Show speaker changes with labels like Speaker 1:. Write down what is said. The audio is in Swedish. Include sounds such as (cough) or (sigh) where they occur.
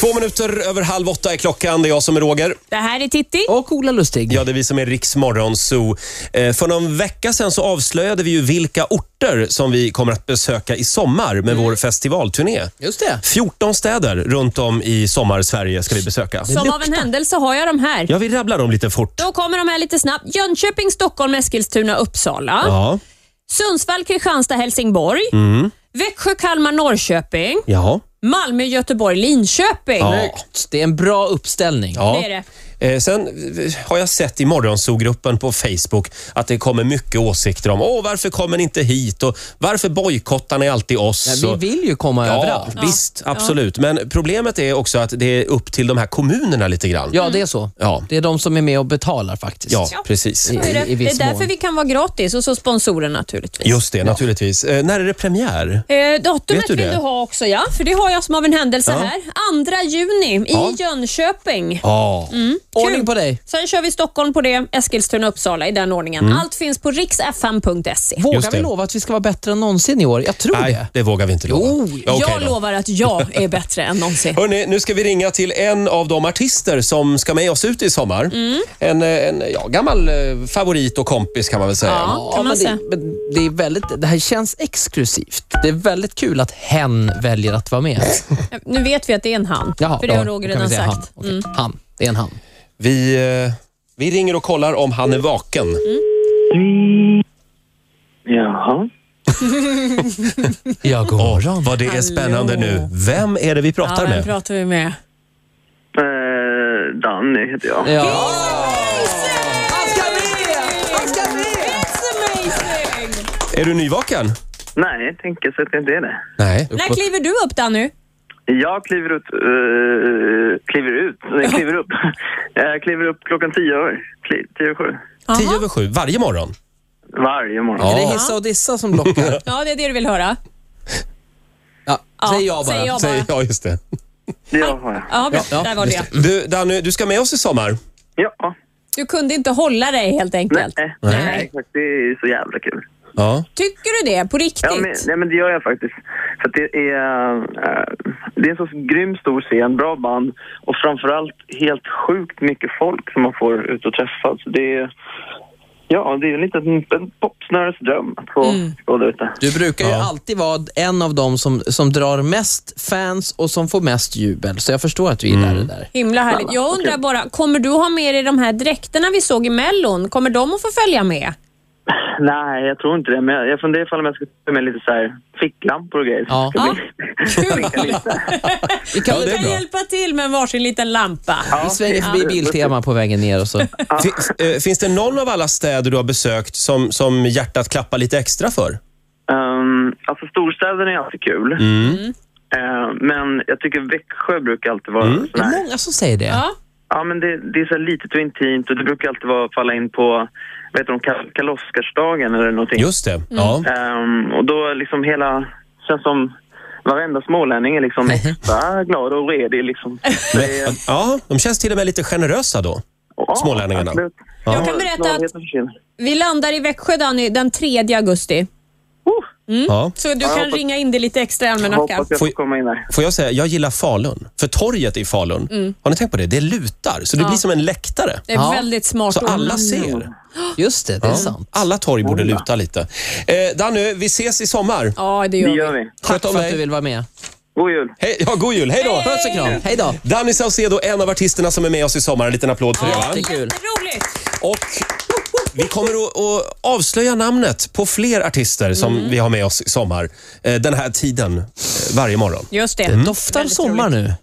Speaker 1: Två minuter över halv åtta är klockan. Det är jag som är Roger.
Speaker 2: Det här är Titti.
Speaker 3: Och Ola Lustig.
Speaker 1: Ja, det är vi som är Riks Morgonzoo. Eh, För någon vecka sedan så avslöjade vi ju vilka orter som vi kommer att besöka i sommar med vår
Speaker 2: Mm.
Speaker 1: festivalturné.
Speaker 3: Just det.
Speaker 1: 14 städer runt om i sommarsverige ska vi besöka.
Speaker 2: Som av en händelse har jag de här.
Speaker 1: Ja, vi rabblar dem lite fort.
Speaker 2: Då kommer de här lite snabbt. Jönköping, Stockholm, Eskilstuna, Uppsala.
Speaker 1: Ja, Mm.
Speaker 2: Sundsvall, Kristianstad, Helsingborg. Växjö, Kalmar, Norrköping.
Speaker 1: ja.
Speaker 2: Malmö, Göteborg, Linköping.
Speaker 1: Ja.
Speaker 3: Snyggt. Det är en bra uppställning.
Speaker 1: ja.
Speaker 2: Det är det.
Speaker 1: Eh, sen eh, har jag sett i Morgonzoo-gruppen på Facebook att det kommer mycket åsikter om Åh, varför kommer ni inte hit och varför bojkottar ni alltid oss?
Speaker 3: Ja,
Speaker 1: Och-
Speaker 3: vi vill ju komma överallt.
Speaker 1: Ja, visst, absolut. Men problemet är också att det är upp till de här kommunerna lite grann.
Speaker 3: Ja, det är så.
Speaker 1: Ja.
Speaker 3: Det är de som är med och betalar faktiskt.
Speaker 1: Ja, precis.
Speaker 2: Så är det.
Speaker 3: I- i
Speaker 2: det
Speaker 3: viss
Speaker 2: är därför
Speaker 3: mån.
Speaker 2: vi kan vara gratis och så sponsorer naturligtvis.
Speaker 1: Just det, naturligtvis. Eh, när är det premiär?
Speaker 2: Eh, datumet
Speaker 1: Vet du
Speaker 2: vill
Speaker 1: det?
Speaker 2: du ha också, ja. För det har jag som av en händelse
Speaker 1: Ja.
Speaker 2: här. 2 juni i
Speaker 1: Ja.
Speaker 2: Jönköping.
Speaker 1: Ja.
Speaker 3: Ordning på dig.
Speaker 2: Sen kör vi Stockholm på det, Eskilstuna och Uppsala i den ordningen.
Speaker 1: Mm.
Speaker 2: Allt finns på riksfm.se.
Speaker 1: Just
Speaker 3: Vågar
Speaker 1: det.
Speaker 3: vi lova att vi ska vara bättre än någonsin i år? Jag tror
Speaker 1: Nej,
Speaker 3: det.
Speaker 1: det vågar vi inte lova.
Speaker 3: Mm. Jo,
Speaker 1: Ja, okej
Speaker 2: jag
Speaker 1: då.
Speaker 2: lovar att jag är bättre än någonsin.
Speaker 1: Hörrni, nu ska vi ringa till en av de artister som ska med oss ut i sommar.
Speaker 2: Mm.
Speaker 1: En, eh, en ja, gammal eh, favorit och kompis kan man väl säga.
Speaker 2: Ja, kan man
Speaker 3: men
Speaker 2: säga.
Speaker 3: det, men det, är väldigt, det här känns exklusivt. Det är väldigt kul att hen väljer att
Speaker 1: (laughs)
Speaker 3: vara med.
Speaker 2: Nu vet vi att det är en han,
Speaker 3: Jaha,
Speaker 2: för det har
Speaker 3: då
Speaker 2: Roger
Speaker 3: kan vi
Speaker 2: redan
Speaker 3: säga
Speaker 2: sagt. Mm.
Speaker 3: Han. Okej, han. Det är en han.
Speaker 1: Vi, eh, vi ringer och kollar om han är vaken.
Speaker 2: Mm.
Speaker 4: Jaha.
Speaker 3: Ja, god
Speaker 1: Åh, vad det är spännande nu. Vem är det vi pratar
Speaker 2: Ja, vem
Speaker 1: med?
Speaker 2: pratar vi med?
Speaker 4: Eh, Danny heter jag.
Speaker 3: Ja.
Speaker 2: Han ska med! Han ska med! It's amazing!
Speaker 1: Är du nyvaken?
Speaker 4: Nej, tänker sig att det inte är det.
Speaker 1: Nej.
Speaker 2: När kliver du upp Danny?
Speaker 4: Jag kliver ut... eh, kliver ut? Nej, kliver upp. (laughs) Jag kliver upp klockan tio över. Kli- Tio och sju.
Speaker 1: Tio över sju varje morgon.
Speaker 4: Varje morgon.
Speaker 3: Är det
Speaker 1: Ja.
Speaker 3: hissa och dissa som
Speaker 1: (laughs)
Speaker 3: lockar?
Speaker 2: Ja, det är det du vill höra.
Speaker 3: Ja, säg ja bara.
Speaker 2: säg ja.
Speaker 1: Säg- Ja, just det.
Speaker 4: Det har jag.
Speaker 2: Ja, bra. Där var det.
Speaker 1: Du, Danny, du ska med oss i sommar.
Speaker 4: Ja.
Speaker 2: Du kunde inte hålla dig helt enkelt.
Speaker 4: Nej.
Speaker 2: Nej.
Speaker 4: Exakt, det är så jävla kul.
Speaker 1: Ja.
Speaker 2: Tycker du det? På riktigt?
Speaker 4: Ja, men, nej, men det gör jag faktiskt. För att det är... eh, det är en så grym stor scen, bra band och framförallt helt sjukt mycket folk som man får ut och träffa. Så det är... Ja, det är en liten en popsnöres dröm att få
Speaker 3: Mm.
Speaker 4: stå där ute.
Speaker 3: Du brukar ju alltid vara en av dem som, som drar mest fans och som får mest jubel, så jag förstår att du gillar
Speaker 1: Mm.
Speaker 3: det där.
Speaker 2: Himla härligt. Jag undrar bara, kommer du ha med dig de här dräkterna vi såg i Mellon? Kommer de att få följa med?
Speaker 4: Nej, jag tror inte det. Men jag, jag funderar ifall om jag ska ta med lite så här ficklampor och grejer.
Speaker 3: Ja.
Speaker 4: Ska bli- (laughs) blinka lite.
Speaker 3: Vi, kan,
Speaker 1: Ja, det är
Speaker 2: kan
Speaker 1: bra.
Speaker 2: hjälpa till med en varsin liten lampa.
Speaker 3: vi svänger förbi Biltema på vägen ner och så.
Speaker 1: Fin- eh, Finns det någon av alla städer du har besökt som, som hjärtat klappar lite extra för?
Speaker 4: Ehm, alltså storstäderna är alltid kul.
Speaker 3: Mm.
Speaker 4: Ehm, men jag tycker Växjö brukar alltid vara
Speaker 3: Det
Speaker 4: sån här...
Speaker 3: är många som säger det.
Speaker 2: Ja.
Speaker 4: Ja, men det, det är så här litet och intimt och det brukar alltid vara, falla in på vad heter de, Kal- Karl-Oscarsdagen eller någonting.
Speaker 1: Just det. Mm. Ja.
Speaker 4: Ehm, och då är liksom hela... känns som varenda smålänning är
Speaker 1: (laughs)
Speaker 4: liksom extra glad och redig. Liksom. Det är-
Speaker 1: Men, ja, de känns till och med lite generösa då.
Speaker 4: ja,
Speaker 1: (laughs) smålänningarna.
Speaker 4: absolut.
Speaker 2: Jag kan berätta att
Speaker 4: Snålheten försvinner.
Speaker 2: vi landar i Växjö Danny, den 3 augusti.
Speaker 4: Oh,
Speaker 3: Mm.
Speaker 1: Ja.
Speaker 2: Så du kan
Speaker 4: hoppas-
Speaker 2: ringa in det lite extra i almanackan.
Speaker 4: hoppas jag
Speaker 1: Får-
Speaker 4: får komma in där.
Speaker 1: Får jag säga, jag gillar Falun. För torget i Falun,
Speaker 3: Mm.
Speaker 1: har ni tänkt på det? Det lutar, så det blir som en läktare.
Speaker 2: Det är
Speaker 3: Ja.
Speaker 2: väldigt smart.
Speaker 1: Så alla
Speaker 2: ordnat.
Speaker 1: ser.
Speaker 3: Just det, det är sant.
Speaker 1: Alla torg borde luta lite. Eh, Danny, vi ses i sommar.
Speaker 2: Ja, det
Speaker 4: Det
Speaker 2: gör
Speaker 4: gör
Speaker 2: vi.
Speaker 4: vi.
Speaker 3: Tack
Speaker 1: Sköt om
Speaker 3: för att du
Speaker 1: dig.
Speaker 3: vill vara med.
Speaker 4: God jul!
Speaker 1: Hej, ja, god jul, hej då!
Speaker 3: Puss och kram, hej då.
Speaker 1: Danny Saucedo, en av artisterna som är med oss i sommar. En liten applåd för det. va?
Speaker 3: Jättekul.
Speaker 2: Roligt!
Speaker 1: Och vi kommer att, att avslöja namnet på fler artister som
Speaker 2: Mm.
Speaker 1: vi har med oss i sommar. Eh, Den här tiden eh, varje morgon.
Speaker 2: Just det.
Speaker 3: Doftar sommar nu.